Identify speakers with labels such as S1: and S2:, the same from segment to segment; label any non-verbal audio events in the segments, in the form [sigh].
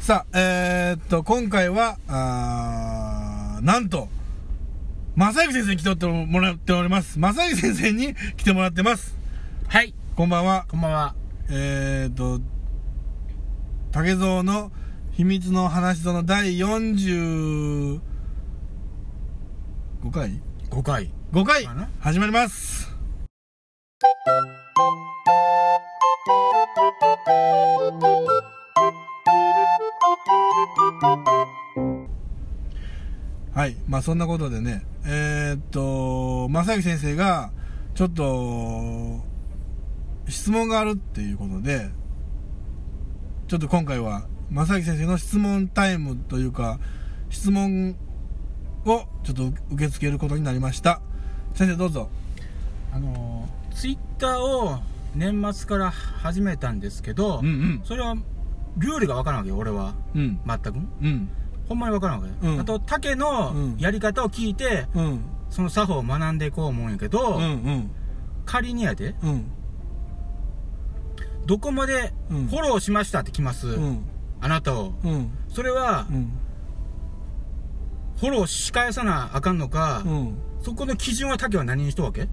S1: さあ、えー、っと、今回は、あーなんと、正幸先生に来ておってもらっております。正幸先生に来てもらってます。
S2: はい、
S1: こんばんは。
S2: こんばんは。
S1: えー、っと、竹蔵の秘密の話その第45回
S2: 5回。
S1: 5回
S2: かな
S1: 始まりますはいまあそんなことでねえーっと正行先生がちょっと質問があるっていうことでちょっと今回は正行先生の質問タイムというか質問をちょっと受け付けることになりました先生どうぞ
S2: あのー、ツイッターを年末から始めたんですけど、
S1: うん
S2: それは、ルールがわからんわけよ、俺は。
S1: うんうん
S2: 全く。
S1: うん
S2: ほんまにわからんわけよ。
S1: うん
S2: あと、竹
S1: うん
S2: のやり方を聞いて、
S1: うん
S2: その作法を学んでいこう思うんやけど、
S1: うんうん
S2: 仮にやで、
S1: うん
S2: どこまでフ
S1: うん
S2: ォローしましたって来ます、
S1: うん
S2: あなたを。
S1: うん
S2: それは、
S1: うん
S2: フォローし返さなあかんのか、
S1: うん
S2: そこの基準は竹は何にしとるわけ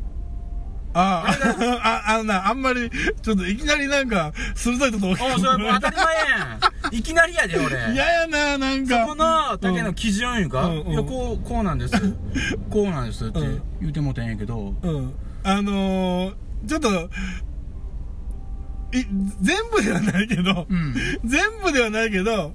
S2: [laughs]
S1: あ [laughs] あ、あ、あのな、あんまり、ちょっといきなりなんか、鋭いとこ
S2: おうそれはもう当たり前やんいきなりやで、俺。
S1: 嫌やな、なんか。
S2: この竹の基準いうか、
S1: うんうん
S2: いやこうこうなん
S1: [laughs]
S2: ですこうなんですって
S1: うん
S2: 言うてもうたんやけど、
S1: うん。あのー、ちょっと、い、全部ではないけど、
S2: ん
S1: 全部ではないけど、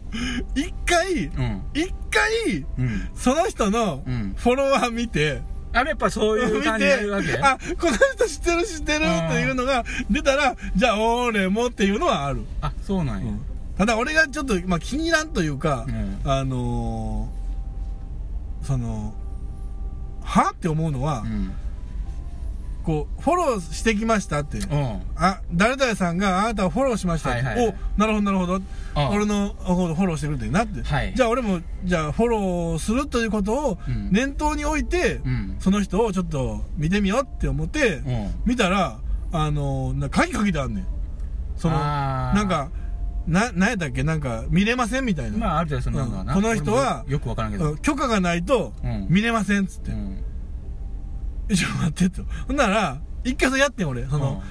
S1: 一回、
S2: うん
S1: 一回、
S2: うん
S1: その人の
S2: うん
S1: フォロワー見て、
S2: あやっぱそういう
S1: 見
S2: 感じになるわけ
S1: て、あ、この人知ってる知ってる
S2: うん
S1: っていうのが出たら、じゃあ俺もっていうのはある。
S2: あそうなんや、
S1: ただ俺がちょっと、まあ、気に入らんというか、
S2: うん
S1: あのーその、はって思うのは、
S2: うん
S1: こう、フォローしてきましたって。
S2: うん
S1: あ、誰々さんがあなたをフォローしましたって。
S2: はいはいはい
S1: お、なるほどなるほど。
S2: あ
S1: 俺のことフォローしてくれてるなって。
S2: はい
S1: じゃあ俺も、じゃあフォローするということを
S2: うん
S1: 念頭に置いて、
S2: うん
S1: その人をちょっと見てみようって思って、
S2: うん
S1: 見たら、あの、な鍵かけてあんねん。その、
S2: あー
S1: なんか、な、なんやったっけなんか、見れませんみたいな。
S2: まああるじゃんそんなのはな、
S1: うんこの人は
S2: 俺もよくわからんけ
S1: う
S2: ど
S1: ん、許可がないと
S2: うん、
S1: 見れませんっつって。
S2: う
S1: ちょ
S2: ん
S1: [laughs] っと待ってと。ほんなら、一回それやってん俺。その、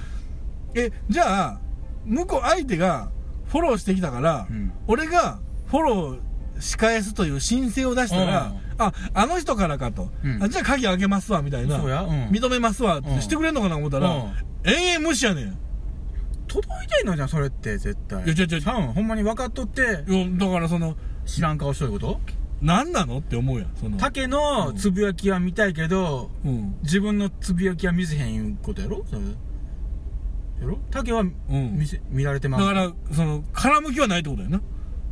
S1: え、じゃあ、向こう相手がフォローしてきたから、
S2: うん
S1: 俺がフォローし返すという申請を出したら、
S2: うん
S1: あ、あの人からかと。
S2: うん
S1: あじゃあ鍵開けますわ、みたいな。
S2: そうやうん
S1: 認めますわ、っ
S2: う
S1: て
S2: ん
S1: してくれんのかな思ったら、
S2: うん
S1: 延々無視やねん。
S2: 届いてんのじゃんそれって絶対
S1: いや違う違う
S2: 多分ほんまに分かっとって
S1: いやだからその、
S2: 知らん顔しとること
S1: 何なのって思うやん。その、
S2: 竹のつぶやきは見たいけど、
S1: うん。
S2: 自分のつぶやきは見せへんいうことやろそれやろ竹は
S1: ん
S2: 見せ、見られてま
S1: だ
S2: す
S1: から、その、絡む気はないってことやな。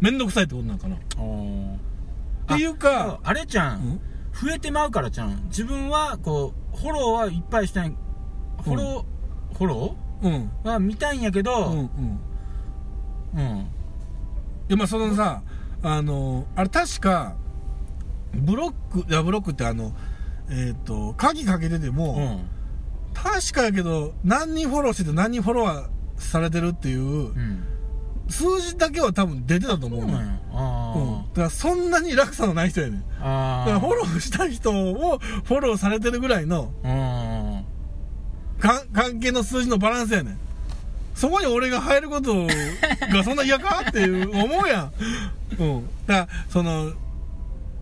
S1: めんどくさいってことなんかな。っ
S2: あー
S1: ていう
S2: あ
S1: か、
S2: あれちゃん、
S1: うん
S2: 増えてまうからちゃん自分はこうフォローはいっぱいしたいフォロー、フォロ
S1: うん。
S2: ーは見たいんやけ
S1: うん、う
S2: ど
S1: ん。
S2: うん、
S1: で、まあ、そのさ、あの、あれ確か、ブロック、いや、ブロックってあの、えっ、と、鍵かけてても、
S2: うん
S1: 確かやけど、何人フォローしてて何人フォロワーされてるっていう
S2: う、ん
S1: 数字だけは多分出てたと思う
S2: そう
S1: ね
S2: なん
S1: ん。う
S2: や
S1: ん
S2: あ。
S1: だからそんなに落差のない人やねん。
S2: ー、
S1: だ
S2: ああ
S1: からフォローした人をフォローされてるぐらいの、
S2: うん
S1: か関係の数字のバランスやねんそこに俺が入ることがそんな嫌かっていう思うやんうんだからその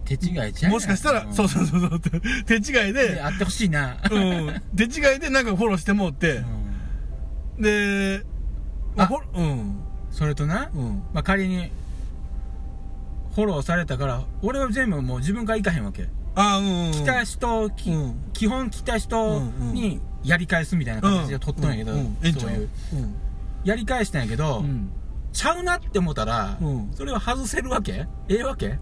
S2: 手違いちゃうやん
S1: もしかしたら、そうそうそうそう手違い
S2: で
S1: で、
S2: あってほしいな、
S1: うん、手違いでなんかフォローしてもうて、
S2: うん
S1: で、まあ、
S2: あ
S1: ほうん
S2: それとな、
S1: うん
S2: まあ、仮にフォローされたから俺は全部もう自分から行かへんわけ
S1: あうんうん
S2: 来た人、き
S1: うん
S2: 基本来た人にやり返すみたいな形で取っとんやけど、
S1: ううんええんち
S2: そ
S1: ゃ
S2: う
S1: う
S2: いう
S1: うん
S2: やり返したんやけど、
S1: うん
S2: ちゃうなって思ったら、
S1: うん
S2: それを外せるわけええわけ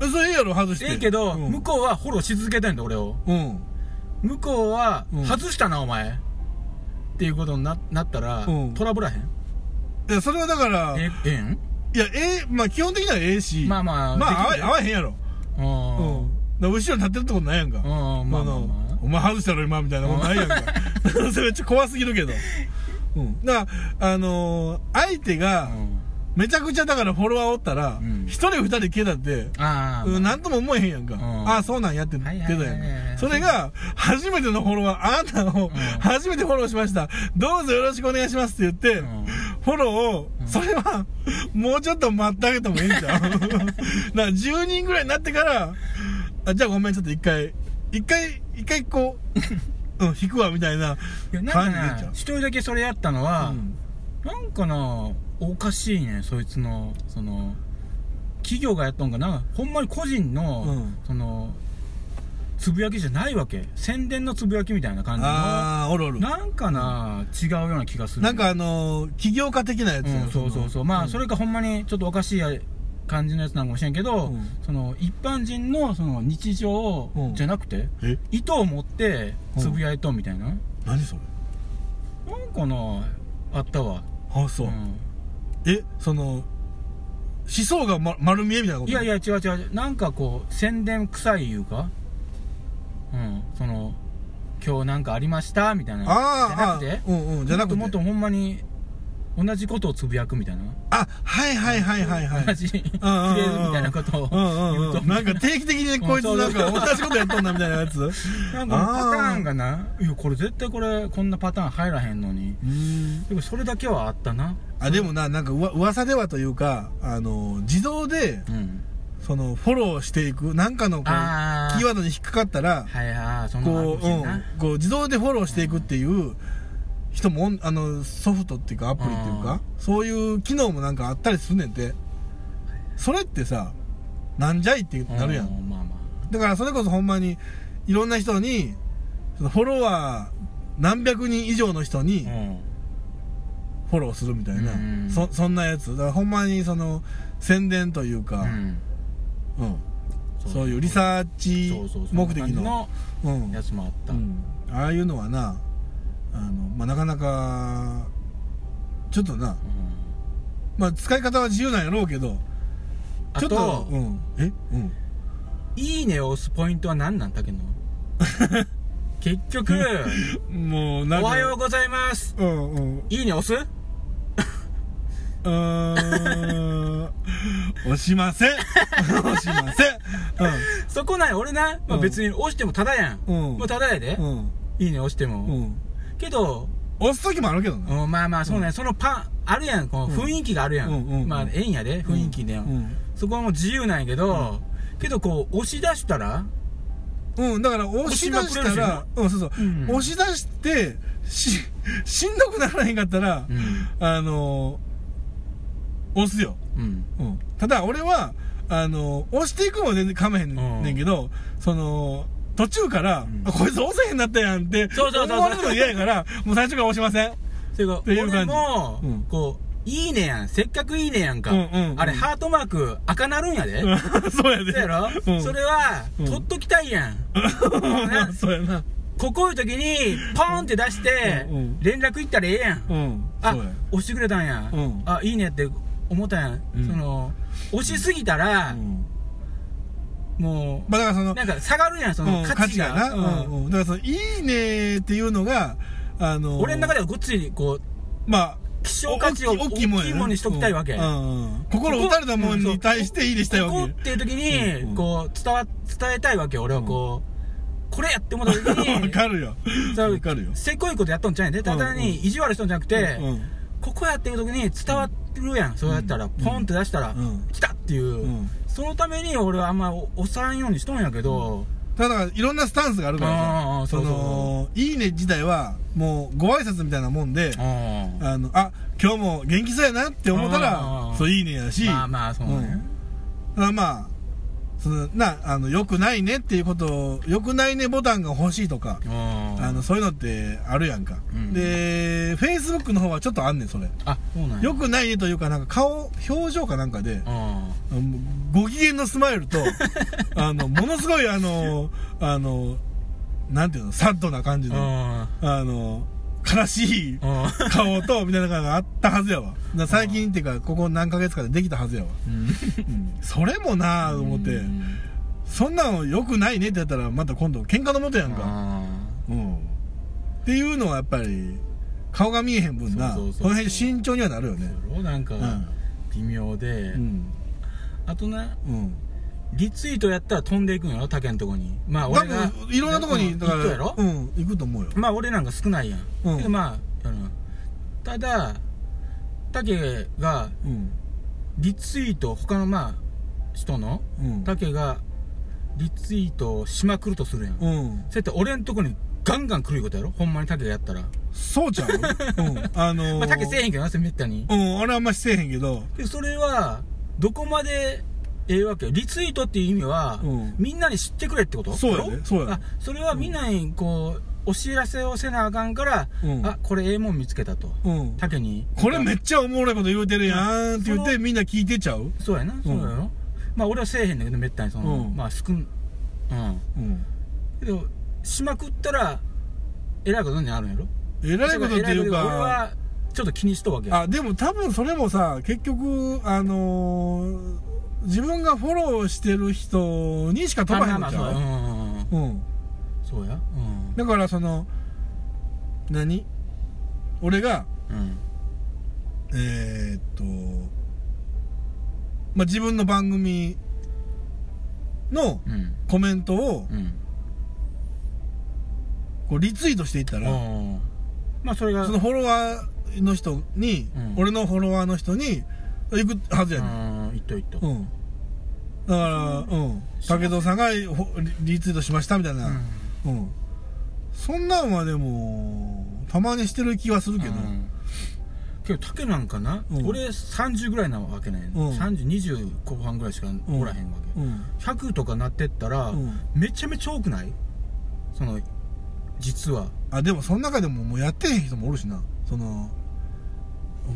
S1: えそれいいやろ外して
S2: ええけど、
S1: うん、
S2: 向こうはフォローし続けてんだ俺を
S1: うん
S2: 向こうは、
S1: うん
S2: 外したなお前っていうことにななったら、
S1: うん
S2: トラブらへん
S1: いやそれはだから、
S2: えええん
S1: いやええまあ基本的にはええし
S2: まあまあ
S1: まあ合わ
S2: できる
S1: 合わへんやろ
S2: うん
S1: うんだから後ろに立ってるってことないやんか、
S2: うんまあまあまあ
S1: お前外したろ今みたいなことないやんか [laughs] それめっちゃ怖すぎるけどうんだからあのー相手が
S2: うん
S1: めちゃくちゃだからフォロワーおったら
S2: うん
S1: 一、人二人消えたって
S2: ああ、
S1: うんなんとも思えへんやんか、
S2: ん
S1: ああそうなんやって言ってた
S2: はい
S1: や
S2: はいはいはい
S1: ん
S2: はい
S1: かそれが初めてのフォロワーあなたを初めてフォローしましたどうぞよろしくお願いしますって言って、
S2: うん
S1: フォローを、それは、もうちょっと待ってあげてもいいんちゃうだ
S2: [laughs]
S1: から10人ぐらいになってから、あじゃあごめん、ちょっと一回、一回、一回こ
S2: [laughs]
S1: う、うん、引くわ、みたいな。
S2: いやなん
S1: 感じ
S2: か
S1: 出ちゃ
S2: な
S1: う
S2: 一人だけそれやったの
S1: う
S2: は、
S1: ん
S2: なんかなおかしいねそいつのその企業がやったんかなほんまに個人の、
S1: うん
S2: そのつぶやきじゃないわけ宣伝のつぶやきみたいな感じの
S1: ああ、おるおる。
S2: なんかな、違うような気がする
S1: なんかあのー、起業家的なやつ
S2: うん、そうそうそうまあ、そ
S1: れ、
S2: れかほんまにちょっとおかしい感じのやつなんかもしれんけど、
S1: うん
S2: その一般人のその日常
S1: うん
S2: じゃなくて、
S1: え
S2: 糸を持ってつぶやいとんみたいな、
S1: 何それ
S2: なんかなあったわ
S1: あ、そう。
S2: ん
S1: え、その、思想が、ま、丸見えみたいなこと
S2: い
S1: い
S2: やいや、違う違うなんかこう宣伝臭いいうかうんその今日なんかありましたみたいな
S1: あーあー、
S2: じゃなくて
S1: うんうん、じゃなくて。
S2: もっともっとほんまに同じことをつぶやくみたいな、
S1: あ、はいはいはいはいはい。
S2: 同じフレーズみ
S1: うん
S2: たいなことを
S1: うんう
S2: 言
S1: ん
S2: う
S1: う
S2: と
S1: ん、なんか定期的にこいつなんか同じことやっとんなみたいなやつう
S2: なんかパターンがないやこれ絶対これこんなパターン入らへんのに
S1: ん
S2: でもそれだけはあったな
S1: あでもななんかうわ噂ではというかあの自動で
S2: うん
S1: そのフォローしていくなんかのこうキ
S2: あー
S1: ーワードに引っかかったら
S2: はいはいそんなのある
S1: こう,、
S2: かもしれ
S1: うん
S2: な、
S1: こう自動でフォローしていくっていう人もおんあのソフトっていうかアプリっていうかそういう機能もなんかあったりすんねんてそれってさなんじゃいって
S2: う
S1: なるやん
S2: まあま
S1: だからそれこそほんまにいろんな人にそのフォロワー何百人以上の人に
S2: あうん
S1: フォローするみたいな、
S2: うん
S1: そそんなやつだからほんまにその宣伝というか、
S2: うん
S1: うんそういうリサーチ
S2: そうそうそう
S1: 目的
S2: そんな感じ
S1: の
S2: の
S1: うん
S2: やつもあった、
S1: うんああいうのはなあの、まあ、なかなかちょっとな、
S2: うん
S1: まあ、使い方は自由なんやろうけど
S2: あ
S1: ちょ
S2: と
S1: っと、うん、え、うん、
S2: いいねを押すポイントは何なん
S1: [laughs]
S2: だけど結局
S1: もう
S2: お
S1: なんか
S2: はようございます
S1: うんうん
S2: いいね押す
S1: うー [laughs] ん押しません [laughs] 押しません
S2: そこない俺な、
S1: う
S2: まあ、
S1: ん
S2: 別に押してもただやん、
S1: うん
S2: もうただやで、
S1: うんうん
S2: いいね押しても、
S1: うん
S2: けど
S1: 押す時もあるけどな
S2: うんまあまあそうね、そのパンあるやんこう雰囲気があるやん、
S1: うんうんうん
S2: まあええんやで雰囲気で、
S1: うん、
S2: そこはもう自由なんやけど、けどこう押し出したら
S1: うん、だから押し出したらうんそうそう、
S2: うん
S1: 押し出してししんどくならへんかったら、
S2: うん
S1: あのー押すよ、
S2: うん
S1: うん、ただ俺はあのー押していくのは全然かまへんねんけど、その途中から、
S2: ん
S1: あこいつ押せへんなったやんって
S2: そうそうそうそう
S1: 思われるの嫌やからもう最初から押しま
S2: [laughs]
S1: せん
S2: それが
S1: ていう感じ
S2: 俺も、
S1: うん
S2: こういいねやんせっかくいいねやんか、
S1: うんうんうん
S2: あれハートマーク赤なるんやで、
S1: うんそうやで。
S2: そうやろ、
S1: うん、 [laughs]
S2: それは、
S1: うん
S2: 取っときたいやん
S1: うんそうやな。
S2: ここいう時にポーンって出して、
S1: うんうん
S2: 連絡行ったらええやん、
S1: うん。
S2: あ
S1: そうや。
S2: 押してくれたんや、
S1: うん
S2: あいいねって思ったやん、
S1: うん
S2: その押しすぎたら、
S1: うん
S2: もう、
S1: まあだからその、
S2: なんか下がるやんその
S1: うん
S2: 価値が,、
S1: な。う
S2: うん
S1: んうん。だからその、いいねっていうのが、あの、
S2: 俺の中
S1: で、
S2: ではごっついこう
S1: まあ、
S2: 希少価値を大きいも
S1: やね
S2: のにしときたいわけ、
S1: うんうんうん心打たれたものに対していいでしたいわ
S2: ここ
S1: け
S2: っ。ていう時
S1: うんう
S2: に
S1: ん
S2: こう伝わ伝えたいわけ俺はこう、これやって思った時
S1: [laughs] わ
S2: に
S1: かるよ。
S2: そう
S1: わかるよ。
S2: せっこいことやっとんちゃうんやでただ単に
S1: うん
S2: 意地悪しとんじゃなくて、
S1: うんうん
S2: ここやっていう時に伝わるやん、そうやったら、
S1: うん
S2: ポンって出したら、
S1: うん
S2: 来たっていう、
S1: うん
S2: そのために俺はあんま押さんようにしとんやけど、
S1: ただ、いろんなスタンスがあるから
S2: あ
S1: さ、
S2: ー
S1: そ
S2: そうそうそう
S1: の、いいね自体は、もう、ご挨拶みたいなもんで、
S2: うん
S1: あの、あ、今日も元気そうやなって思った
S2: う
S1: ら
S2: ん、
S1: そう、いいねやし、
S2: まあまあそうね、
S1: ただまあ、その、な、あの、良くないねっていうことを、良くないねボタンが欲しいとか、
S2: うん
S1: あの、そういうのってあるやんか。
S2: うん
S1: で、Facebook の方はちょっとあんねん、それ。
S2: あそうなんや
S1: 良くないねというか、なんか顔、表情かなんかで、
S2: うん
S1: ご機嫌のスマイル
S2: [laughs]
S1: と、あの、ものすごいあの、あの、なんていうの、サッドな感じ
S2: う
S1: の、
S2: ん
S1: あの、悲しい
S2: うん
S1: 顔と、みたいなのがあったはずやわ。だから最近っていうか、ここ何ヶ月かでできたはずやわ。それもなあと思って、
S2: うん
S1: そんなの良くないねってやったらまた今度喧嘩のもとやんか、うん、っていうのはやっぱり顔が見えへん分な
S2: そうそうそうそう
S1: この辺慎重にはなるよ
S2: うん
S1: ね
S2: そうやろなんか、
S1: うん
S2: 微妙で、
S1: うん
S2: あとね
S1: うん
S2: リツイートやったら飛んでいくんよ竹のとこにまあ
S1: 多
S2: 俺が
S1: 分いろんなとこにだから
S2: 行くやろ、
S1: うん行くと思うよ
S2: まあ俺なんか少ないやん、
S1: うん
S2: けどまああのただ竹が
S1: うん
S2: リツイート他のまあ人の
S1: うん
S2: 竹がリツイートをしまくるとするやん、そう
S1: うん
S2: やって俺んとこにガンガン来るいうことやろほんまに竹がやったら
S1: そうちゃう
S2: [laughs]
S1: うんあの
S2: ま
S1: ー
S2: あ竹せえへんけどなめったに
S1: うん俺あんましてへんけど
S2: でそれはどこまでええわけよリツイートっていう意味は、
S1: うん
S2: みんなに知ってくれってこと
S1: そうやね
S2: ろ
S1: そうやね
S2: あそれはみんなにこう、お知らせをせなあかんから、
S1: うん
S2: あこれええもん見つけたと
S1: うん
S2: 竹に
S1: これめっちゃおもろいこと言うてるやんって言ってみんな聞いてちゃう
S2: そうやなそうやろ、まあ俺はせえへんだけどめったにその、
S1: うん
S2: まあ少んうん
S1: うん
S2: けどしまくったらえらいことになるんやろ
S1: えらいことっていう
S2: 偉俺
S1: か
S2: はちょっと気にしとうわけよ
S1: あでも多分それもさ結局あのー自分がフォローしてる人にしか飛ばへん
S2: ま
S1: の
S2: あ
S1: ち
S2: まあ
S1: ゃう
S2: ま
S1: うん
S2: あそううんうんうんそうや
S1: だからその何俺が
S2: うんうん
S1: えーっと、まあ、自分の番組の
S2: うん
S1: コメントを
S2: うん
S1: こうリツイートしていったら、
S2: うんまあそれが
S1: そのフォロワーの人に、
S2: うん
S1: 俺のフォロワーの人に行くはずやねん。
S2: うんいっといっと
S1: うん。だから、うん。武藤さんがほリリツイートしましたみたいな。うん。そんなんはでも、たまにしてる気はするけど。
S2: うんけど竹なんかな、
S1: うん
S2: 俺30ぐらいなわけない、
S1: うん
S2: 3020後半ぐらいしかおらへんわけ、
S1: うん。
S2: 100とかなってったら、
S1: うん
S2: めちゃめちゃ多くないその実は
S1: あ、でもその中でももうやってへん人もおるしな。その、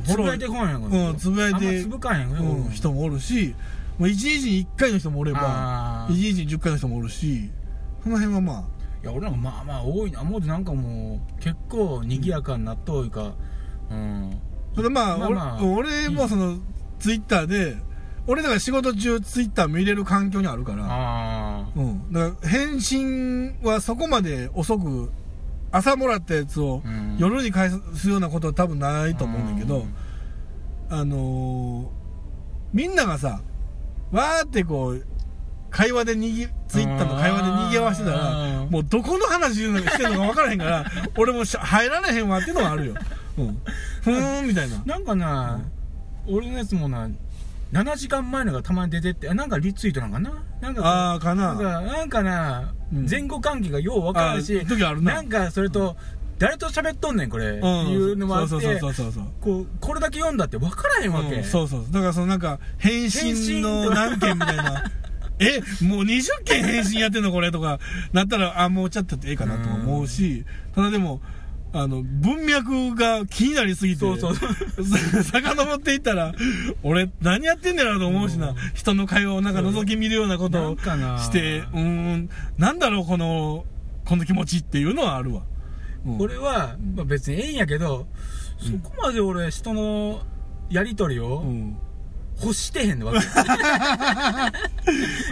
S2: つぶやいてこないやん
S1: うんつぶやいて
S2: あんまつぶかんやん
S1: う
S2: 俺
S1: ん
S2: も
S1: 人もおるし、もう1日に1回の人もおれば
S2: あ、
S1: 1
S2: ー
S1: 日に10回の人もおるし、その辺はまあ、
S2: いや俺なんかまあまあ多いなもうなんかもう結構賑やかになっというかうん
S1: それまあ、
S2: まあまあ
S1: 俺俺もその、ツイッターで、俺だから仕事中ツイッター見れる環境にあるから、
S2: あ
S1: うん。だから返信はそこまで遅く、朝もらったやつを
S2: うん
S1: 夜に返すようなことは多分ないと思うんだけど、あのーみんながさ、わーってこう、会話でにぎ、ツイッターの会話で賑わしてたら
S2: う、ん
S1: もうどこの話してるのか分からへん
S2: [laughs]
S1: から、俺もし入られへんわっていうのはあるよ。うん。ふーん、みたいな。
S2: なんかな、俺のやつもな7時間前のがたまに出てってあなんかリツイートなんかななんかこう
S1: あーかな
S2: なんかなんかな、
S1: うん
S2: 前後関係がよう分からんし
S1: あー時あるなん
S2: かそれと、誰と喋っとんねんこれ、
S1: うん、
S2: いうのもあって
S1: そうそうそうそうそう
S2: こうこれだけ読んだって分からへんわけ、
S1: うんそうそうだからそのなんか返信の
S2: 返
S1: 何件みたいな [laughs] えもう20件返信やってんのこれとかなったらあもうちょっとええかなとも思うしただでもあの文脈が気になりすぎて
S2: そ
S1: [laughs]
S2: うそうそ
S1: 遡っていったら俺何やってんねやろうと思うし
S2: う
S1: なん人の会話をなんか覗き見るようなこと
S2: なん
S1: を
S2: かな
S1: してうーんなんだろうこのこの気持ちっていうのはあるわ、うん
S2: 俺は、まあ、別にええんやけど、そこまで俺人のやり取り
S1: う
S2: を
S1: ん
S2: 欲してへんのわけ、い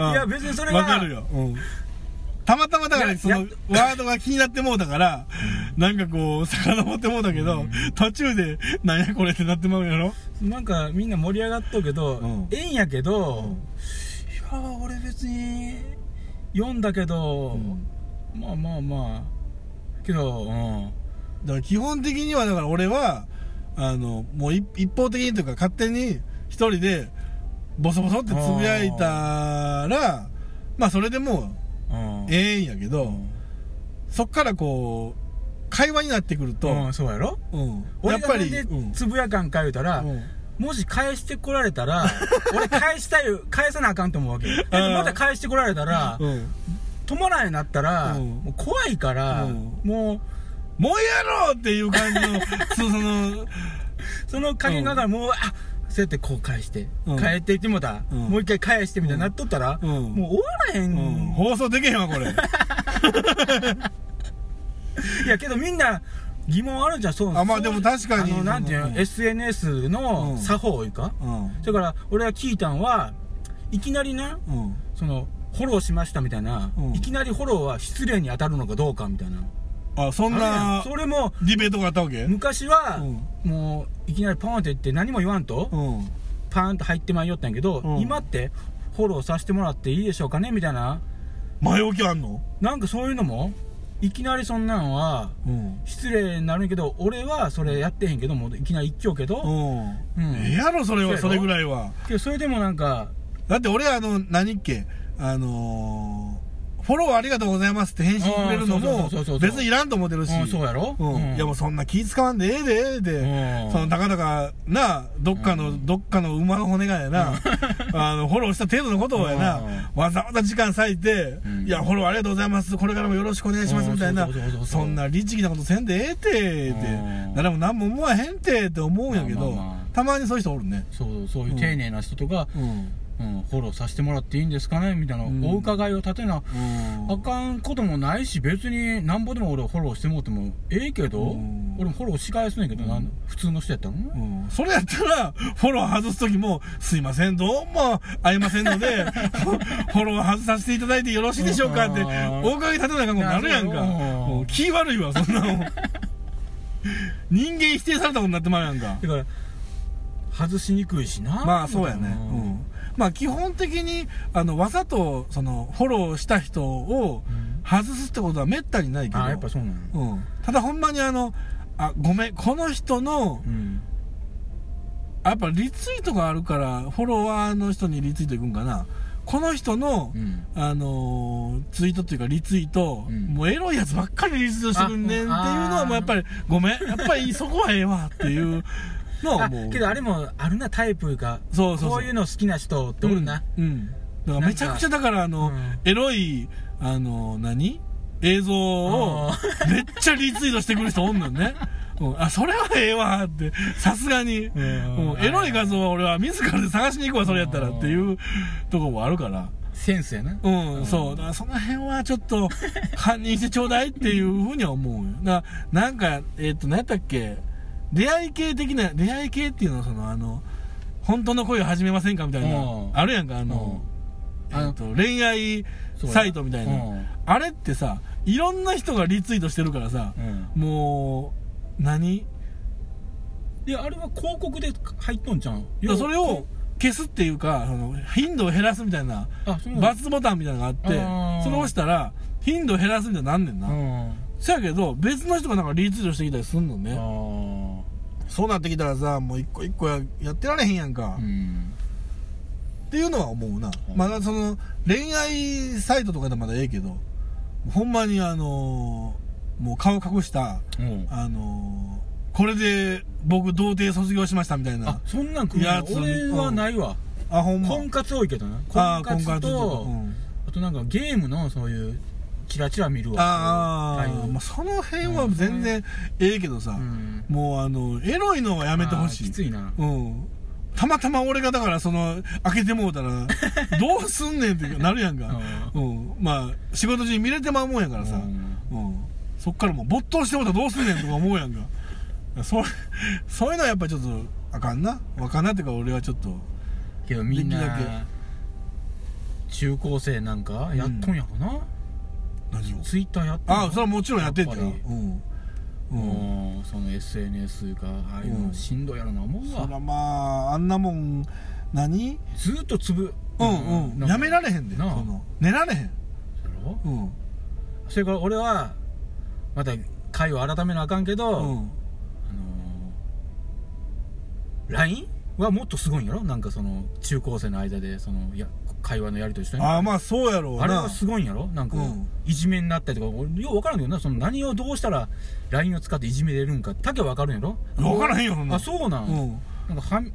S2: や別にそれが
S1: わかるよ、うん、たまたまだからそ
S2: や
S1: のワードが気になってもうだからなんかこう遡ってもうだけど、途中で「なんやこれ」ってなってまうやろ
S2: なんかみんな盛り上がっとうけど、
S1: うん
S2: ええんやけど、いや俺別に読んだけど、まあまあまあけどうん
S1: だから基本的にはだから俺はあのもう一一方的にというか勝手に一人でボソボソってつぶやいたらまあそれでも
S2: うん
S1: うええんやけど、そっからこう会話になってくると、
S2: うん、そうやろ
S1: うんや
S2: 俺
S1: っ
S2: が
S1: ぱ
S2: な
S1: り
S2: んで
S1: うん
S2: つぶやかんか言うたら、
S1: うん
S2: もし返してこられ
S1: [laughs]
S2: たら俺返したい返さなあかんと思うわけだってまた返してこられたら、
S1: うん
S2: 止まらんようになったら、
S1: うん
S2: もう怖いから、
S1: うん
S2: もう
S1: もうやろうっていう感じの、そうその、
S2: その加減がからもう、あそうやってこう返して、
S1: うん
S2: 返っていってもうた、
S1: うん
S2: もう一回返してみたいになっとったら、
S1: うんうん
S2: もう終わらへん、
S1: うん、放送できへんわ、これ。
S2: いやけどみんな疑問あるんじゃんそう
S1: あまあでも確かに
S2: あのなんていう
S1: うん
S2: の SNS
S1: う
S2: の
S1: ん
S2: 作法いうか、
S1: うん。うん。
S2: だから俺が聞いたんはいきなりなそのフォローしましたみたいな、
S1: うん
S2: いきなりフォローは失礼に当たるのかどうかみたいな
S1: あ、そんな
S2: あれやんそれも
S1: ディベートがあったわけうん。
S2: 昔は、もういきなりポンって言って何も言わんと、
S1: うん。
S2: パーンと入ってまいよったんやけど、
S1: うん
S2: 今ってフォローさせてもらっていいでしょうかねみたいな
S1: 前置きあんの
S2: なんかそういうのもいきなりそんなんは
S1: うん
S2: 失礼になるんやけど俺はそれやってへんけどもういきなり言っちゃうけど、
S1: う
S2: うん
S1: んええやろそれは
S2: そ
S1: そう
S2: やろ
S1: れぐらいは
S2: けどそれでもなんか
S1: だって俺あの何っけあのーフォローありがとうございますって返信くれるの
S2: う
S1: も
S2: んそうそうそうそうそう
S1: 別にいらんと思ってるし
S2: うんそうやろ
S1: うん
S2: うん
S1: いやもうそんな気使わんでええでええで
S2: うん
S1: そのたかたかなどっかの、どっかの馬の骨がや
S2: [laughs]
S1: なあのフォローした程度のことをや
S2: う
S1: なわざわざ時間割いて、
S2: ん
S1: いやフォローありがとうございますこれからもよろしくお願いします
S2: うん
S1: みたいな
S2: そうそうそうそう
S1: そんな律儀なことせんでええてって
S2: うん
S1: 誰も何も思わへんてって思うんやけど、
S2: まあまあまあ
S1: たまにそういう人おるね
S2: そうそういう丁寧な人とか、
S1: うん
S2: うんフォローさせてもらっていいんですかねみたいな、
S1: うん
S2: お伺いを立てな
S1: うん
S2: あかんこともないし別になんぼでも俺をフォローしてもらってもええけど、
S1: うん
S2: 俺もフォローし返すねんけど、なん普通の人やったの、
S1: うんそれやったら、フォロー外すときも、すいません、どうも合いませんので、フ [laughs] ォロー外させていただいてよろしいでしょうかって、
S2: うん
S1: おかげ立てなあかんことになるやんか。
S2: なるよ
S1: もう気悪いわ、そんなもん。人間否定されたことになってまうやんか。
S2: だから外しにくいしな
S1: まあ、そうやね。
S2: ん
S1: うん。まあ、基本的に、あの、わざと、その、フォローした人を
S2: うん
S1: 外すってことはめったにないけど、
S2: あやっぱそうなの、
S1: うん。ただ、ほんまにあの、あ、ごめん、この人の、
S2: うん、
S1: やっぱリツイートがあるからフォロワーの人にリツイートいくんかなこの人の、
S2: うん
S1: あのーツイートっていうかリツイート、
S2: うん
S1: もうエロいやつばっかりリツイートしてくんねんっていうの
S2: あう
S1: は
S2: ん
S1: もうやっぱりごめんやっぱりそこはええわっていうのは
S2: あ
S1: もう
S2: けどあれもあるなタイプが
S1: そうそうそう
S2: こういうの好きな人っておるな、
S1: うん、うんだからめちゃくちゃだからあの、
S2: うん
S1: エロいあの何映像を
S2: あ
S1: めっちゃリツイートしてくる人おんの
S2: [laughs]
S1: ね、うん、あそれはええわってさすがに、
S2: ん
S1: うんエロい画像は俺は自らで探しに行くわそれやったらっていうとこもあるから
S2: センスやな
S1: うん、そうだからその辺はちょっ
S2: [laughs]
S1: と堪忍してちょうだいっていうふうには思うよだからなんかえっ、と何やったっけ出会い系的な出会い系っていうのはそのあの本当の恋を始めませんかみたいな
S2: うん
S1: あるやんかあの、
S2: うん
S1: えっと恋愛
S2: そうや
S1: サイトみたいな、
S2: うん
S1: あれってさいろんな人がリツイートしてるからさ、
S2: うん
S1: もう何
S2: いやあれは広告で入っとんじゃん
S1: だからそれを消すっていうかその頻度を減らすみたいな
S2: あそう
S1: バツボタンみたいなのがあって、
S2: あー
S1: それを押したら頻度を減らすみたいになんねん
S2: う
S1: な、
S2: んあ
S1: そやけど別の人がなんかリツイートしてきたりすんのね
S2: ー
S1: そうなってきたらさもう一個一個ややってられへんやんか、
S2: う
S1: っ
S2: ん
S1: ていうのは思うな、
S2: うん
S1: まだその恋愛サイトとかでまだええけどほんまにあのーもう顔隠した
S2: うん
S1: あのーこれで僕童貞卒業しましたみたい
S2: あ
S1: な
S2: そんなん来る
S1: いや
S2: の
S1: つ
S2: 俺はないわ、
S1: あほんま
S2: 婚活多いけどな
S1: あ
S2: 婚
S1: ー婚
S2: 活とあ
S1: 活う
S2: と,、
S1: ん
S2: なんかゲームのそういうチラチラ見るわ
S1: あ
S2: そういうタイ
S1: あ、
S2: プ
S1: まあ、その辺は全然ええけどさ、
S2: うん
S1: もうあのエロいのはやめてほしい
S2: あーきついな
S1: うんたまたま俺がだからその開けてもうた
S2: [laughs]
S1: らどうすんねんってなるやんか、うん、まあ仕事中に見れてまうもんやからさ、
S2: うん
S1: うん、そっからもう没頭してもうたらどうすんねんとか思うやんかそうそういうのはやっぱちょっとあかんなわかんなっていうか俺はちょっと
S2: けどみん
S1: できるだ
S2: な中高生なんかやっとんやかな、
S1: 何を
S2: ツイッターやっとん
S1: ああそれはもちろんやってんじゃ
S2: や
S1: ん
S2: っぱ
S1: うんうん
S2: もうその SNS がああいう
S1: うん
S2: のしんどいやろな思う
S1: そ
S2: わ、
S1: らまああんなもん何
S2: ずーっとつぶ
S1: うんうん、やめられへんでそ
S2: なあ
S1: の寝られへん、
S2: そやろ
S1: うん
S2: それから俺はまた会を改めなあかんけど、
S1: うん、
S2: あのー、LINE はもっとすごいんやろなんかその中高生の間でそのや会話のやりとりして
S1: ああまあそうやろうな
S2: あれはすごいんやろなんか、
S1: うん
S2: いじめになったりとか俺よう分からんけどなその何をどうしたら LINE を使っていじめれるんかだけ分かるんやろ
S1: 分からへんよそんなん
S2: あそうなん、
S1: うん
S2: なんかはみ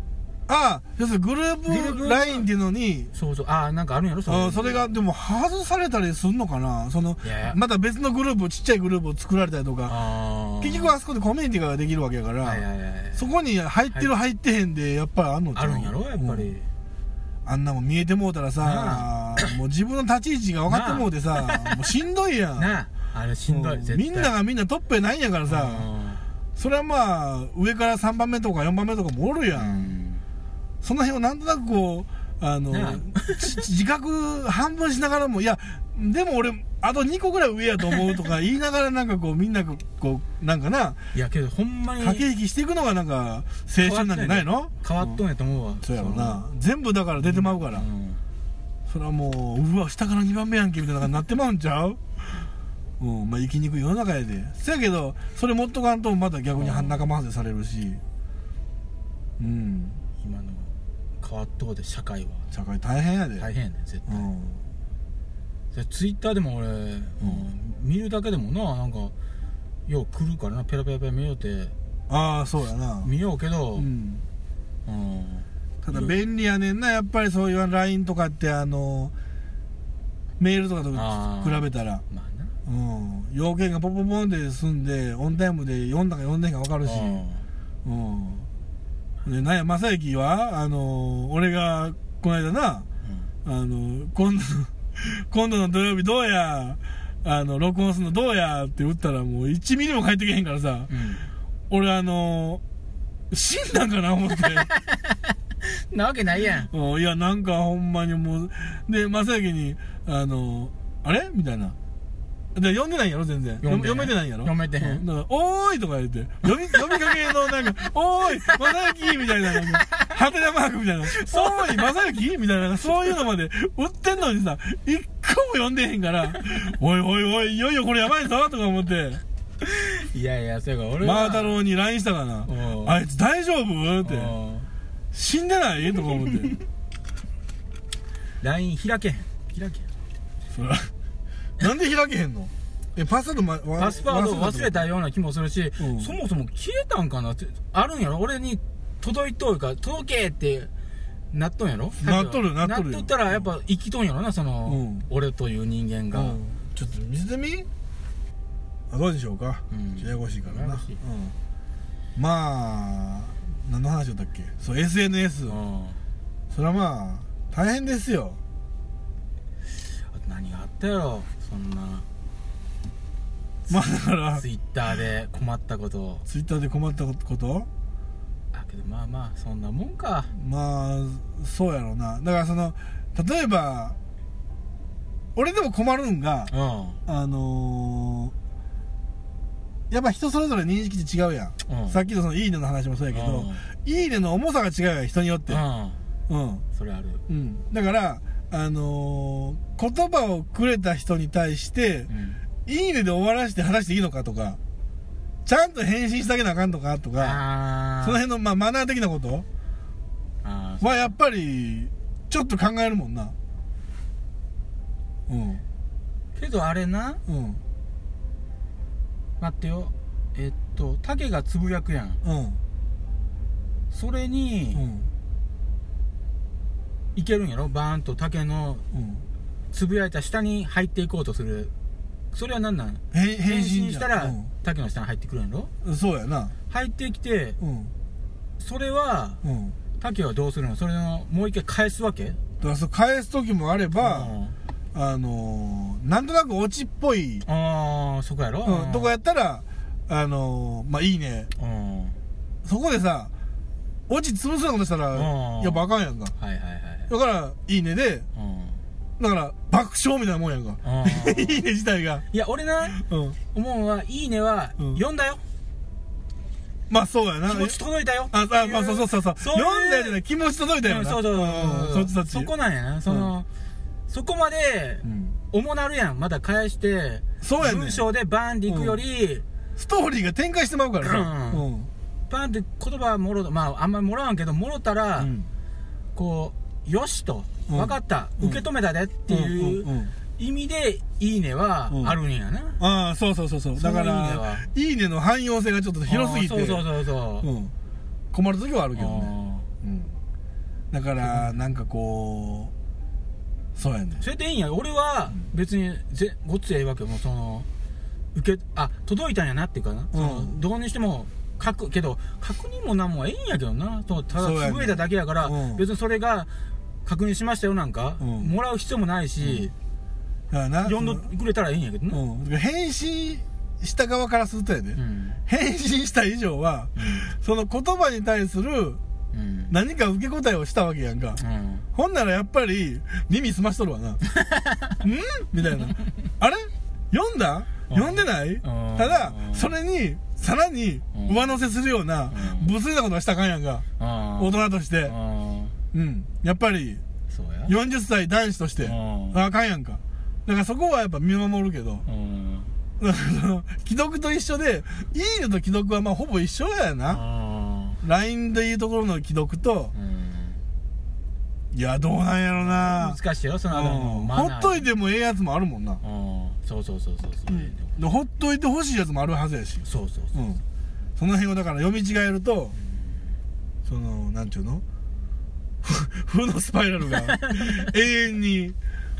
S1: ああ要するにグル
S2: グルー
S1: ープ
S2: プ
S1: LINE っていうのに
S2: そうそうああなんかあるんやろそういうの
S1: あそれがでも外されたりするのかなその
S2: いやいや
S1: また別のグループちっちゃいグループを作られたりとか
S2: あー
S1: 結局あそこでコミュニティができるわけやから、
S2: はいはいはい
S1: そこに入ってる入ってへんでやっぱりあんのちゃ
S2: あ
S1: う
S2: るんやろやっぱり、
S1: うんあんなもん見えてもうたらさ
S2: な
S1: もう自分の立ち位置が分かってもうてさもうしんどいやん
S2: なああれしんどい、
S1: うん
S2: 絶対
S1: みんながみんなトップやないんやからさ、それはまあ上から3番目とか4番目とかもおるや、
S2: うんん
S1: その辺をなんとなくこうあの、
S2: ね
S1: ち [laughs] 自覚半分しながらも、いや、でも俺、あと2個ぐらい上やと思うとか言いながら、なんかこう、みんなこう、なんかな、
S2: いやけどほんまに
S1: 駆け引きしていくのがなんか、青春なんじゃないの
S2: 変わっとんやと思うわ、
S1: そうやろな。全部だから出てまうから。
S2: うん
S1: それはもう、うわ、下から2番目やんけ、みたいな感じになってまうんちゃううん、まあ生きにくい世の中やで。せやけど、それ持っとかんと、また逆に
S2: うん
S1: 仲間外れされるし。うん。
S2: 今の変わっとうで社会は
S1: 社会大変やで。
S2: 大変やねん絶
S1: う
S2: 対、
S1: ん。
S2: でツイッターでも俺、うん見るだけでもななんかよう来るからなペラペラペラ見ようて
S1: ああ、そうやな。
S2: 見ようけど、
S1: う
S2: うん
S1: ん。ただ便利やねんな、やっぱりそういう LINE とかって、あの、メールとかと
S2: あ
S1: 比
S2: ー
S1: べたら、
S2: まあな
S1: うん。要件がポンポンポンで済んで、オンタイムで読んだか読んでへんか分かるし。うん。で、なんや、正行は、あの、俺が、この間な、あの、 [laughs] 今度の、今度の土曜日どうや、あの、録音するのどうやって打ったらもう1ミリも返ってけへんからさ、
S2: うん、
S1: 俺あの、死んだんかな思って。
S2: うん、なわけないやん
S1: うんいや、なんかほんまにもう、で、正行に、あの、あれみたいな。で、読んでないんやろ、全然。
S2: 読んでへん
S1: 読めてないんやろ。
S2: 読めてへん
S1: うだから、おーいとか言って、読み、 [laughs] 読みかけのなんか、おーい正行みたいな、なんかハテナマークみたいな、おーい正行みたいな、そういうのまで売ってんのにさ、一個も読んでへんから、おいおいおい、いよいよこれやばいぞとか思って、
S2: いやいやそうやから俺は
S1: マー太郎に LINE したかな
S2: お。う
S1: あいつ大丈夫って、
S2: うん
S1: 死んでないとか思って。
S2: LINE 開けへん開けへん
S1: それはなんで開けへんのえパスワード、ま、わ
S2: パスワードを忘れたような気もするし、
S1: うん
S2: そもそも消えたんかなってあるんやろ俺に届いとるから届けってなっとんやろ
S1: なっとるよなっとるよ
S2: なっとったらやっぱ生きとんやろなその、
S1: うん
S2: 俺という人間が、
S1: うんちょっと水みあどうでしょうか、
S2: うん
S1: ややこしいから
S2: やや
S1: な
S2: こしい
S1: うんまあ何の話だったっけそう SNS、
S2: うん
S1: それはまあ大変ですよ
S2: あと何があったやろそんな
S1: まあだから
S2: ツイッターで困ったこと
S1: ツイッターで困ったこと
S2: あけどまあまあそんなもんか
S1: まあそうやろうなだからその例えば俺でも困るんが
S2: うん
S1: あのーやっぱ人それぞれ認識って違うやん
S2: うん
S1: さっきのその「いいね」の話もそうやけど「いいね」の重さが違うよ人によって
S2: うん、
S1: うん、
S2: それある
S1: うん、だからあのー言葉をくれた人に対して「
S2: うん
S1: いいね」で終わらして話していいのかとかちゃんと返信してあげなあかんとかとか
S2: あ
S1: その辺のまあマナー的なこと
S2: あー
S1: はやっぱりちょっと考えるもんなうん
S2: けどあれな
S1: うん
S2: 待ってよえっと竹がつぶやくやん
S1: うん
S2: それ
S1: う
S2: に
S1: ん
S2: いけるんやろバーンと竹の
S1: うん
S2: つぶやいた下に入っていこうとするそれは何なん
S1: へん返
S2: 返
S1: 信
S2: 信
S1: じ
S2: し
S1: ゃん
S2: たら竹の下に入ってくるんやろ
S1: うん、そうやな
S2: 入ってきて
S1: うん
S2: それは
S1: うん
S2: 竹はどうするのそれのもう一回返すわけ
S1: だからそう返す時もあれば、
S2: うん
S1: あのーなんとなくオチっぽい、
S2: ああそこやろ
S1: うん、とこやったら、あのーまあいいね。
S2: うんは
S1: そこでさ、オチ潰すようなことしたら
S2: うん、
S1: やっぱあかんやんか。
S2: いはいはい
S1: だから、いいねで、
S2: うん
S1: だから、爆笑みたいなもんやんか。
S2: あ
S1: [laughs] い
S2: [laughs]
S1: い
S2: ー
S1: ね自体が。
S2: いや俺な
S1: うん。
S2: 思うのは「いいね」は
S1: うん
S2: 読んだよ
S1: まあそうやな。
S2: 気持ち届いたよ
S1: あ、あまあそうそうそうそう。
S2: そういう
S1: 読んだよじゃない気持ち届いたよ
S2: う。
S1: なん
S2: そうそうそう
S1: うんそっちそっち。
S2: こなんやなその、そこまで
S1: うん
S2: 重なるやんまだ返して
S1: そうやねん
S2: 文章でバーンっていくより、
S1: ストーリーが展開してまうからさ。
S2: うん
S1: うん。
S2: バーンって言葉もろまああんまりもらわんけどもろたら、
S1: うん
S2: こうよしと、
S1: うん
S2: 分かった
S1: うん
S2: 受け止めたでって
S1: ん
S2: いうん
S1: ん
S2: 意味で「いいね」は
S1: うん
S2: あるんやな、
S1: ああそうそうそうそう
S2: そ
S1: だ
S2: の
S1: から「いいね」の汎用性がちょっと広すぎて
S2: あーそうそうそうそう、
S1: うん、困る時はあるけどね、
S2: あ
S1: うん、だからなんかこうそうやね
S2: ーそれでいいんや俺は別にぜごっつええわけよもうその受けあ届いたんやなっていうかな、そのどうにしても書くけど確認もなんもええんやけどなそうた
S1: そうや
S2: だ
S1: ね
S2: つぶえただけやから
S1: うん
S2: 別にそれが確認しましたよなんか、
S1: うん
S2: もらう必要もないし、
S1: だからな
S2: 読んでくれたらええんやけど
S1: そ
S2: な、
S1: のうん、だから返信した側からするとやで、
S2: うん
S1: 返信した以上は、その言葉に対する
S2: うん
S1: 何か受け答えをしたわけやんか。
S2: うん
S1: ほんならやっぱり、耳澄ましとるわ
S2: [laughs]
S1: な。んみたいな。あれ読んだ
S2: うん
S1: 読んでない
S2: ん
S1: ただ
S2: う、ん
S1: それに、さらに
S2: うん
S1: 上乗せするような、
S2: うん
S1: 無粋なことはしたらあかんやんか。
S2: あー
S1: 大人として。
S2: あ
S1: うん。やっぱり、
S2: ーそうや
S1: 40歳男子として、
S2: うん
S1: あかんやんか。だからそこはやっぱ見守るけど、
S2: うん
S1: だから [laughs] その既読と一緒で、いいねと既読はまあほぼ一緒やな。
S2: あ
S1: LINE でいうところの既読と
S2: ー、うん
S1: いや、どうなんやろな。
S2: 難しいよそのあの
S1: うん
S2: マナ
S1: ほ
S2: ー
S1: っといてもええやつもあるもんな。
S2: うんそうそうそうそうそう
S1: でほっといてほしいやつもあるはずやし。
S2: そうそう
S1: う。
S2: そうん
S1: その辺をだから読み違えると、その、なんていうの [laughs] ふ負のスパイラ
S2: [laughs]
S1: ルが永遠に、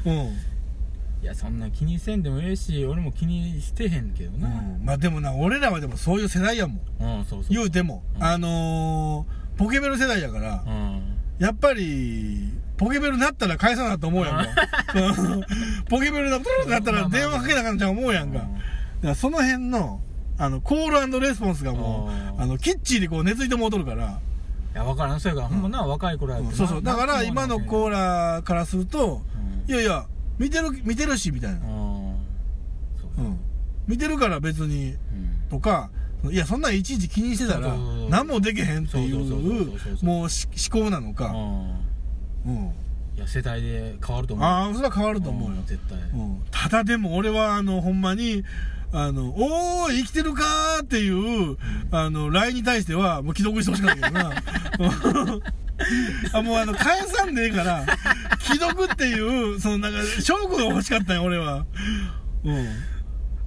S1: うん。
S2: いやそんな気にせんでもええし俺も気にしてへんけど
S1: う、
S2: なん
S1: まあでもな俺らはでもそういう世代やもん
S2: うんそうそう
S1: 言うても、
S2: うん
S1: あのー、ポケベル世代やから
S2: う、ん
S1: やっぱりポケベルなったら返さなと思うやん
S2: [laughs]
S1: かうんポケベルなプルルなったら電話かけなあかんちゃん思うやんか,、だからその辺のあのコールレスポンスがも
S2: あ
S1: う
S2: ー
S1: あのきっちりこう根付いてもうとるから、
S2: いや分からんそれからほんまな若い頃や
S1: うん
S2: けど
S1: そうそうだから今のコー
S2: う
S1: ラからすると、
S2: ん
S1: いやいや見てる見てるしみたいな、
S2: うんそう
S1: うん見てるから別に
S2: うん
S1: とかいやそんなんいちいち気にしてたら
S2: そうそうそうそう
S1: 何もできへんってい
S2: そうそうそうそうそう
S1: う
S2: そう
S1: もうし思考なのか、
S2: うん
S1: うん、
S2: いや世代で変わると思う
S1: ああそれは変わると思うよ
S2: ん、絶対
S1: うん、ただでも俺はあのほんまにあの「おーい生きてるか!」っていうあの LINE に対してはもう既読してほしかったけどなうんあもうあの返さんでええから既読っていうそのなんか証拠が欲しかったよ俺はうん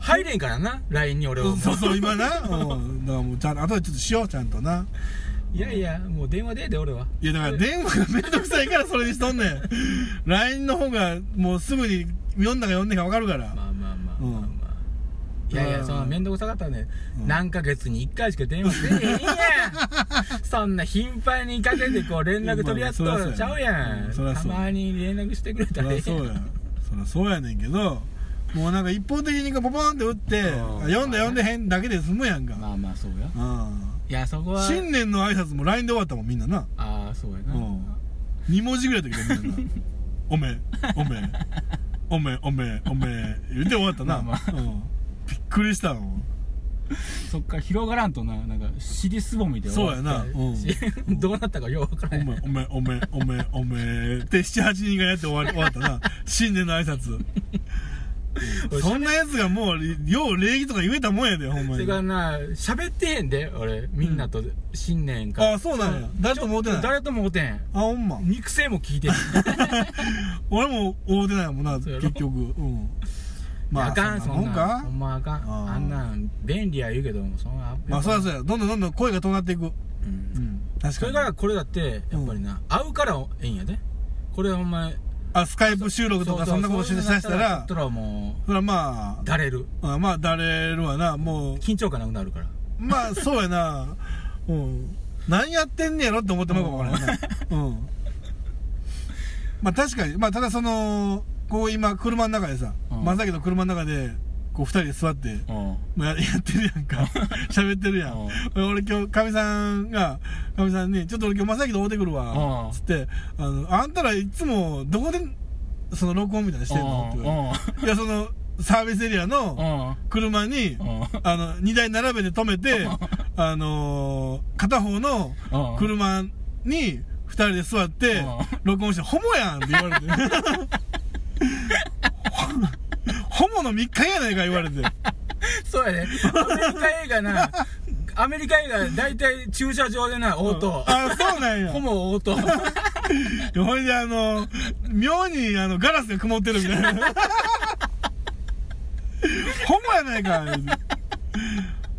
S2: 入れんからな LINE に俺は
S1: そうそう今な、うん、だからもうちゃんと後でちょっとしようちゃんとない
S2: やいやもう電話でええで俺はい
S1: やだから電話がめんどくさいからそれにしとんねん LINE の方がもうすぐに読んだか読んでんか分かるから、
S2: まあまあまあ
S1: うん
S2: まあまあいやいうや
S1: ん
S2: その面倒くさかったらね
S1: うん
S2: 何ヶ月に1回しか電話せえへん
S1: [laughs]
S2: やんそんな頻繁にかけてこう連絡取り合っと
S1: まあまあ
S2: るちゃうやん
S1: そらそうやうんそら
S2: た
S1: そうや
S2: まに連絡してくれた
S1: そ
S2: ら
S1: り
S2: え
S1: ゃ
S2: え
S1: そ
S2: や
S1: うんやそりゃそうやねんけどもうなんか一方的にこうポポンって打って
S2: うん
S1: 読んだ読んでへんだけで済むやんか、
S2: まあまあそうや
S1: うん
S2: いやそこは
S1: 新年の挨拶も LINE で終わったもんみんなな、
S2: ああそうや
S1: う、
S2: なん
S1: 2文字ぐらいだけどみんな
S2: [laughs]
S1: なおめおめおめおめおめ言って終わったな、
S2: まあ
S1: うん、びっくりしたもん
S2: そっから広がらんとななんか尻すぼみで終わった
S1: そうや
S2: [laughs] どうなったかよう分からへん
S1: おめおめおめおめおめって78人がやって終わり終わったな新年の挨
S2: [laughs]
S1: 拶
S2: 俺
S1: そんなやつがもうよう礼儀とか言えたもんやでほんま
S2: それ
S1: に
S2: からな喋ってへんで俺みんなと新年から、
S1: あそうなんや誰とも会うてないあ
S2: 誰とも会うてん
S1: ほんま
S2: 肉声も聞いてへん
S1: 俺も会うてないもんな
S2: そうや
S1: 結
S2: ろ
S1: 局うん
S2: あかん
S1: そ
S2: そ
S1: んなもん
S2: んなんほ
S1: か
S2: んまあかん
S1: あー
S2: あんなん便利や言うけどもそんな
S1: まあそうやそう
S2: やっ
S1: やどんどんどんどん声が遠なっていく
S2: ぱりうん
S1: うん確
S2: そ
S1: か
S2: れ
S1: に
S2: からこれだってやっぱりな、会うからええんやでこれはお前
S1: あスカイプ収録とかそんなことし
S2: う
S1: だ
S2: う
S1: した
S2: そ
S1: ら
S2: したらも
S1: それはま
S2: うだれる
S1: ああまあだれるわなもう
S2: 緊張感なくなるから
S1: まあそうやな [laughs] うん何やってんねやろって思ってもらうかもからんなうんまあ確かにまあただそのこう今車の中でさ
S2: うん
S1: 正樹の車の中でこう二人で座って
S2: うん
S1: まあ、やってるやん
S2: [laughs]
S1: か喋ってるやん俺今日かみさんがかみさんに「ちょっと俺今日正樹と会うてくるわ
S2: う」ん
S1: つってあの「あんたらいつもどこでその録音みたいなのしてんの?」って言われて「いやそのサービスエリアの車に
S2: うんうんうん
S1: あの2台並べて止めてあのー片方の
S2: うん
S1: 車に2人で座って
S2: うん
S1: 録音して「ホモやん!」って言われて
S2: [laughs]
S1: [laughs] 「ホモの密会やないか」言われて。
S2: そうやね。アメリカ映
S1: [laughs]
S2: 画な、アメリカ映画、大体駐車場でな、応答。
S1: あ、そうなんや。
S2: ほぼ応答。
S1: ほいで、あの、妙にあのガラスが曇ってるみたいな。ほんまやないか。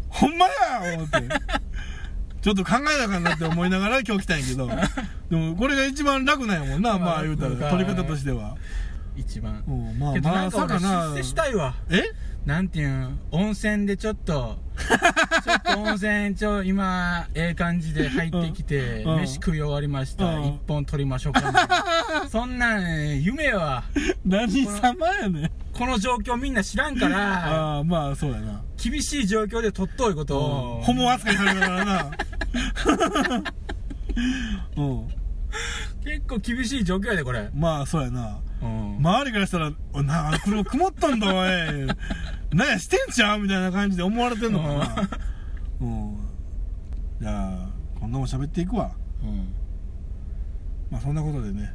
S1: ほんまや思って。ちょっと考えなあかんなって思いながら今日来たんやけど。でも、これが一番楽なんやもんな、
S2: まあ
S1: まあ言うた、
S2: そうから
S1: 取り方としては。
S2: 一番
S1: う。ん、まあ、
S2: けど
S1: ま
S2: なん
S1: あ、
S2: か
S1: さ
S2: 俺
S1: かな
S2: 出。世したいわ。
S1: え
S2: なんていうん、温泉でちょっと、ちょっと温泉、ちょ、今、ええ感じで入ってきて、
S1: うんうん
S2: 飯食い終わりまし
S1: う
S2: た。
S1: ん
S2: 一本取りましょうかみたい
S1: [laughs]
S2: な。そんなん、夢は、
S1: 何様やねん。
S2: この状況みんな知らんから、
S1: ああ、まあ、そうやな。
S2: 厳しい状況で取っとういうことを。 [laughs]
S1: ホモ扱いされたからな。うん。
S2: 結構厳しい状況やでこれ
S1: まあ、そうやな。
S2: うん
S1: 周りからしたら、おいなあ、車曇ったんだ、おい。 [laughs] なんや、してんちゃうみたいな感じで思われてんのかな。うん。じゃあ、こんなもん喋っていくわ。
S2: うん
S1: まあ、そんなことでね。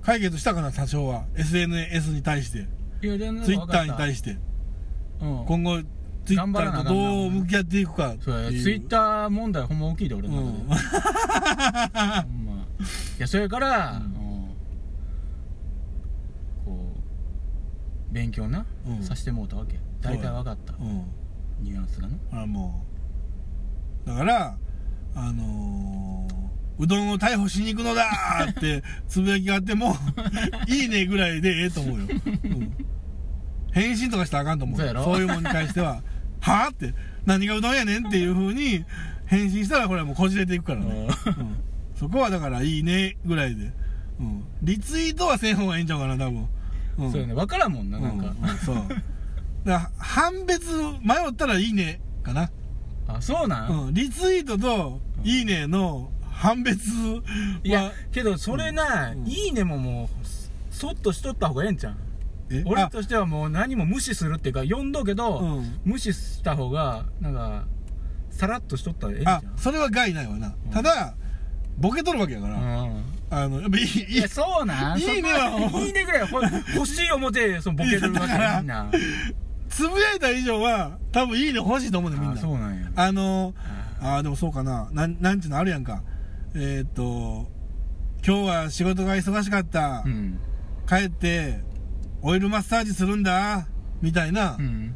S1: 解決したかな、多少は。SNS に対して、
S2: いや全然
S1: ツイッターに
S2: し
S1: 対して。
S2: て、うん、
S1: 今後、ツイッターとどう向き合っていくかって
S2: そうや
S1: いう。
S2: ツイッター問題ほんま大きいで俺
S1: う
S2: の中で、
S1: ん。
S2: ほんまいやそれから、
S1: うん
S2: うんこう勉強な、
S1: うん
S2: さしてもうたわけ大体わかった、
S1: うん。
S2: ニュアンスがな
S1: ほらもう。だから、あのーうどんを逮捕しに行くのだーっ
S2: [laughs]
S1: てつぶやきがあっても、いいねぐらいでええと思うよ。うん、返信とかしたらあかんと思う。
S2: そうやろ
S1: そういうもんに関して
S2: [laughs]
S1: は、はぁって、何がうどんやねんっていう風に返信したらこれはもうこじれていくからね。うん、そこはだからいいねぐらいで。うん、リツイートはせん方がいいんちゃうかな、多分。うん
S2: そうやね分からんもんななんか、
S1: うんうんそう。だから判別、迷ったらいいねかな。
S2: あそうなん、
S1: うん、リツイートと「いいね」の判別はい
S2: やけどそれな、
S1: うん
S2: いいねももうそそっとしとった方がええんちゃう
S1: え
S2: 俺
S1: あ
S2: としてはもう何も無視するっていうか読んどうけど、
S1: うん
S2: 無視した方がなんかさらっとしとったらええんちゃ
S1: あそれは害ないわな、
S2: うん
S1: ただボケとるわけやから、
S2: う、うん
S1: あのやっぱいい
S2: い
S1: いい
S2: や、そうなん
S1: いいね
S2: そこ
S1: は
S2: はいいねぐらいほ欲しい思て、そのボケるわけみん
S1: いやだから
S2: な。あ
S1: つぶやいた以上は多分「いいね」欲しいと思うねみん
S2: ー
S1: な
S2: そうなんや。
S1: あの
S2: あ
S1: あーでもそうかななんなんちゅうのあるやんかえーっと「今日は仕事が忙しかった、
S2: ーうん。
S1: 帰ってオイルマッサージするんだ」みたいな
S2: うん。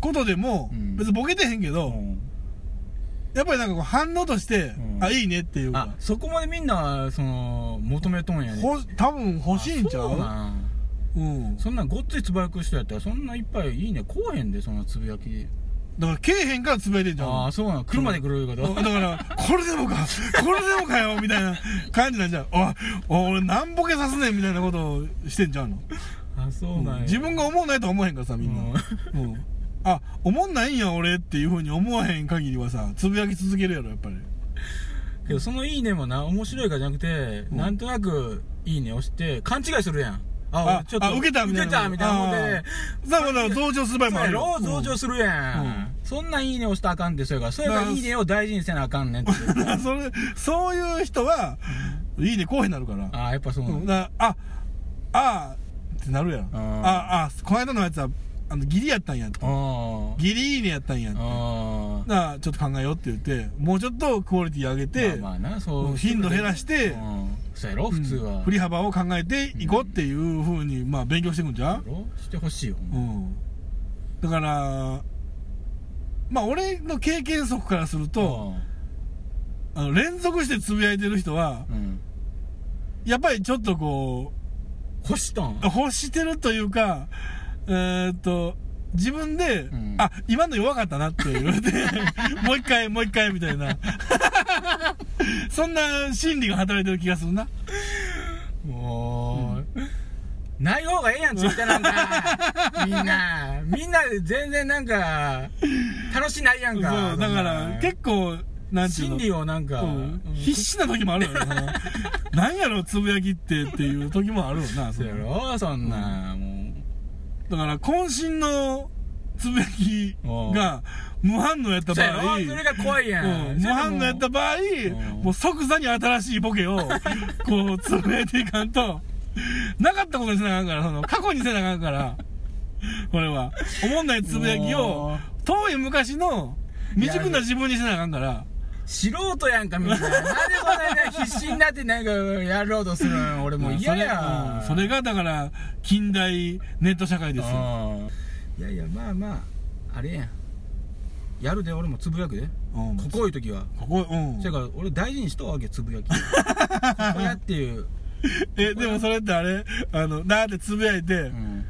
S1: ことでも、
S2: うん
S1: 別にボケてへんけど、やっぱりなんかこう反応として「
S2: うん
S1: あいいね」っていうか
S2: あ、そこまでみんな、その、求めとんやね。
S1: ほ多分欲しいんちゃ
S2: あそう
S1: う
S2: なん
S1: うんだ
S2: そんなんごっついつぶやく人やったら、そんないっぱいいいね、こうへんで、そんなつぶやき。
S1: からけえへんからつぶやいてんじゃ
S2: ああ、
S1: ん
S2: そうなん。車で来るいうこ
S1: だ
S2: と。
S1: からこれでもかこれでもかよみたいな感じになんじゃうおお俺なんボケさすねんみたいなことをしてんちゃうの
S2: あ、そうなんや。
S1: 自分が思うないとは思わへんからさみんな
S2: うん
S1: うんあ思んないんや俺っていうふうに思わへん限りはさつぶやき続けるやろやっぱり
S2: けど、そのいいねもな、面白いかじゃなくて、
S1: うん
S2: なんとなく、いいね押して、勘違いするやん。
S1: あ
S2: あ、ちょっ
S1: あ
S2: と。
S1: 受けたみたいな
S2: 受けたみたいな思
S1: あ
S2: て
S1: ー。だからだから増長する場合
S2: そ
S1: も
S2: う
S1: あ
S2: や
S1: る
S2: ろ
S1: よ
S2: 増長するやん、そんなんいいねをしたらあかんってそれからそれか
S1: だからら
S2: いいねを大事にせなあかんねんって
S1: うん [laughs] それそういう人はいいねこうへんなるから
S2: ああやっぱそうな
S1: うんん、
S2: だ、
S1: だからああーってなるやん
S2: あ
S1: あ
S2: ー
S1: あこの間のやつはあの義理やったんやって
S2: あ
S1: 義理いいねやったんやって
S2: ああ
S1: なあちょっと考えようって言ってもうちょっとクオリティ上げて、
S2: まあまあなそう、
S1: うん頻度減らして
S2: うんそうやろ普通は、
S1: うん
S2: う
S1: 振り幅を考えていこうっていうふうに、まあ勉強していくんじゃん、
S2: してほしいよ、
S1: うん、だからまあ俺の経験則からすると、あの連続してつぶやいてる人は
S2: うん、うん、
S1: やっぱりちょっとこう
S2: 欲しとん
S1: 欲してるというか、えーっと、自分で、
S2: ん
S1: あ、今の弱かったなって言うて、 [laughs] もう一回、もう一回、みたいな。 [laughs] そんな心理が働いてる気がするな。
S2: もう、ない方がええやん、ツイッターな
S1: [laughs]
S2: んか。みんな。みんな全然なんか、楽しないや
S1: そ
S2: ん
S1: う、
S2: か。
S1: だから、結構、なんていう
S2: 心
S1: の。
S2: 理をなんか、
S1: うん
S2: うん
S1: 必死な時もあるよな。
S2: [laughs]
S1: [laughs] なんやろ、つぶやきってっていう時もあるよな。そ
S2: そうや
S1: の
S2: ろそんな、も
S1: だから、渾身のつぶやき
S2: うん
S1: が、無反応やった
S2: う。
S1: 場
S2: そうや
S1: 合、
S2: ろそれが怖いやん。
S1: うん、模範のやった場合、
S2: ん
S1: もう即座に新しいボ
S2: [laughs]
S1: ケを、こう、つぶやいていかんと、なかったことにせなあかんから、その、過去にせなあかんから、これは、おもんないつぶやき
S2: も
S1: を、遠い昔の、未熟な自分にせなあかんから、
S2: 素人やんかみんななんでこんなに必死になってなんかやろうとするん俺もう嫌や
S1: うんそれうんそれが、だから、近代ネット社会ですよ。
S2: うんいやいやまあまああれやんやるで俺もつぶやくで
S1: うん
S2: ここいう時は
S1: ここ、うん
S2: そ。やから俺大事にしとうわけつぶやきここやっていう、
S1: え、でもそれってあれ、あの、だーってつぶやいて、
S2: うん、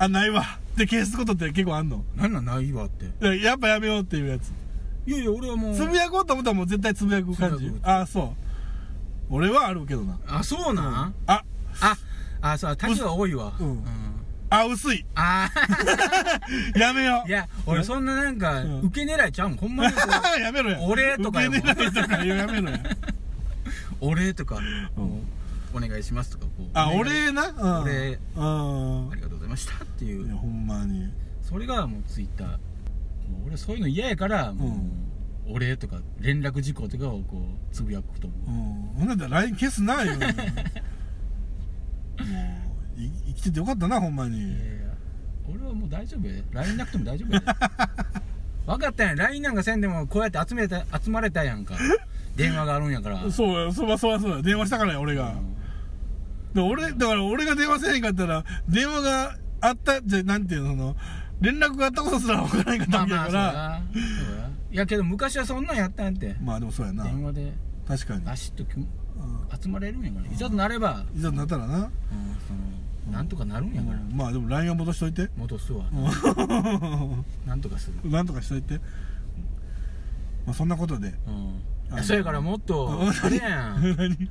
S1: あ、ないわ。で、消すことって結構あんの。
S2: なんなんないわって
S1: だからやっぱやめようっていうやつ。
S2: いやいや俺はもう
S1: つぶやこうと思ったらもう絶対つぶやく感
S2: つ
S1: じ
S2: ぶやく
S1: ああそう俺はあるけどな
S2: あそうなん、
S1: あ
S2: ああそう立場多いわ
S1: うんあ薄い [laughs]
S2: あ
S1: やめよ
S2: あ
S1: う
S2: いや俺そんななんか
S1: うん
S2: 受け狙いちゃうもんほんまにこう
S1: [laughs] やめろや
S2: 俺とかやもん [laughs]
S1: 受け狙いとか言うやめろや
S2: お礼とか、
S1: うん
S2: お願いしますとかこう
S1: あ
S2: お願い
S1: 俺なうん
S2: 俺
S1: うん
S2: ありがとうございましたってい
S1: いや
S2: う
S1: ほんまに
S2: それがもうツイッターもう俺そういうの嫌やからもう、お礼とか連絡事項とかをこうつぶやくと思
S1: うんほんなんだったら LINE 消すな
S2: [laughs]
S1: よもうい生きててよかったなほんま
S2: うい
S1: に
S2: やいや俺はもう大丈夫や LINE なくても大丈
S1: [laughs]
S2: 夫や分かったやん LINE なんかせんでもこうやって集めた集まれたやんか電話があるんや
S1: [laughs]
S2: から
S1: そうやそりゃそうやそうや電話したからや俺が、で俺だから俺が電話せへんかったら電話があったじゃなんていうのその連絡があったことすら分からへんかった
S2: まあ
S1: わけや
S2: まあ
S1: か
S2: そう
S1: ら、まあ、
S2: やそうやいやけど昔はそんなんやったんやって
S1: でもそうやな
S2: 電話で
S1: 確かに、
S2: バシッときゅ
S1: う
S2: 集まれるんやからいざとなれば、
S1: ん、いざとなったらな、
S2: うんそのなんとかなるんやから、
S1: うんまあでも LINE は戻しといて
S2: 戻すわ、
S1: う
S2: なんとかする、
S1: ん [laughs] なんとかしといて、まあ、そんなことで [laughs]
S2: う
S1: あ
S2: んい
S1: の
S2: や、そうやからもっと
S1: うん
S2: あれや
S1: [laughs]
S2: ん
S1: 何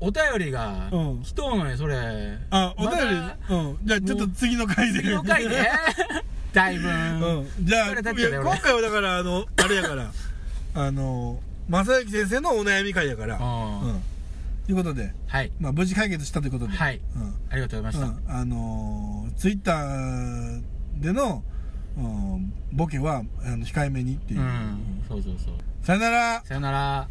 S2: お便りが
S1: うん
S2: 来とうのよそれ
S1: あお便り、
S2: ま
S1: うんじゃあちょっと次の回で
S2: た次の回でだい
S1: [laughs]
S2: ぶ
S1: うんじゃあ
S2: 疲れたっ
S1: い
S2: てたよ
S1: や
S2: 俺
S1: 今回はだからあのあれやからあの正行先生のお悩み会やから
S2: あー
S1: うんということで
S2: はい
S1: まあ、無事解決したということで、
S2: はいありがとうご
S1: う
S2: ざい
S1: んう
S2: まし
S1: ん、あのー、ツイッターでの、うん、ボケはあの控えめにっていう、
S2: たうんそうそうそう
S1: さよなら
S2: さよなら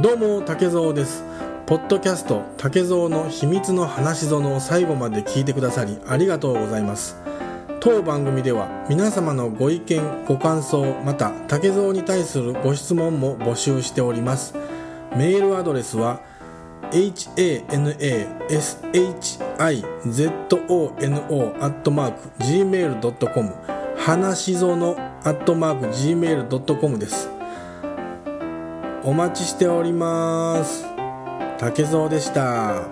S1: どうも竹蔵ですポッドキャスト竹蔵の秘密の話園を最後まで聞いてくださりありがとうございます当番組では皆様のご意見ご感想また竹蔵に対するご質問も募集しておりますメールアドレスは hanashizono.gmail.com 話しぞの .gmail.com ですお待ちしております竹蔵でした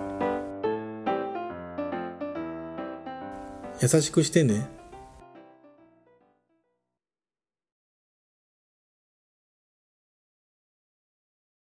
S1: 優しくしてね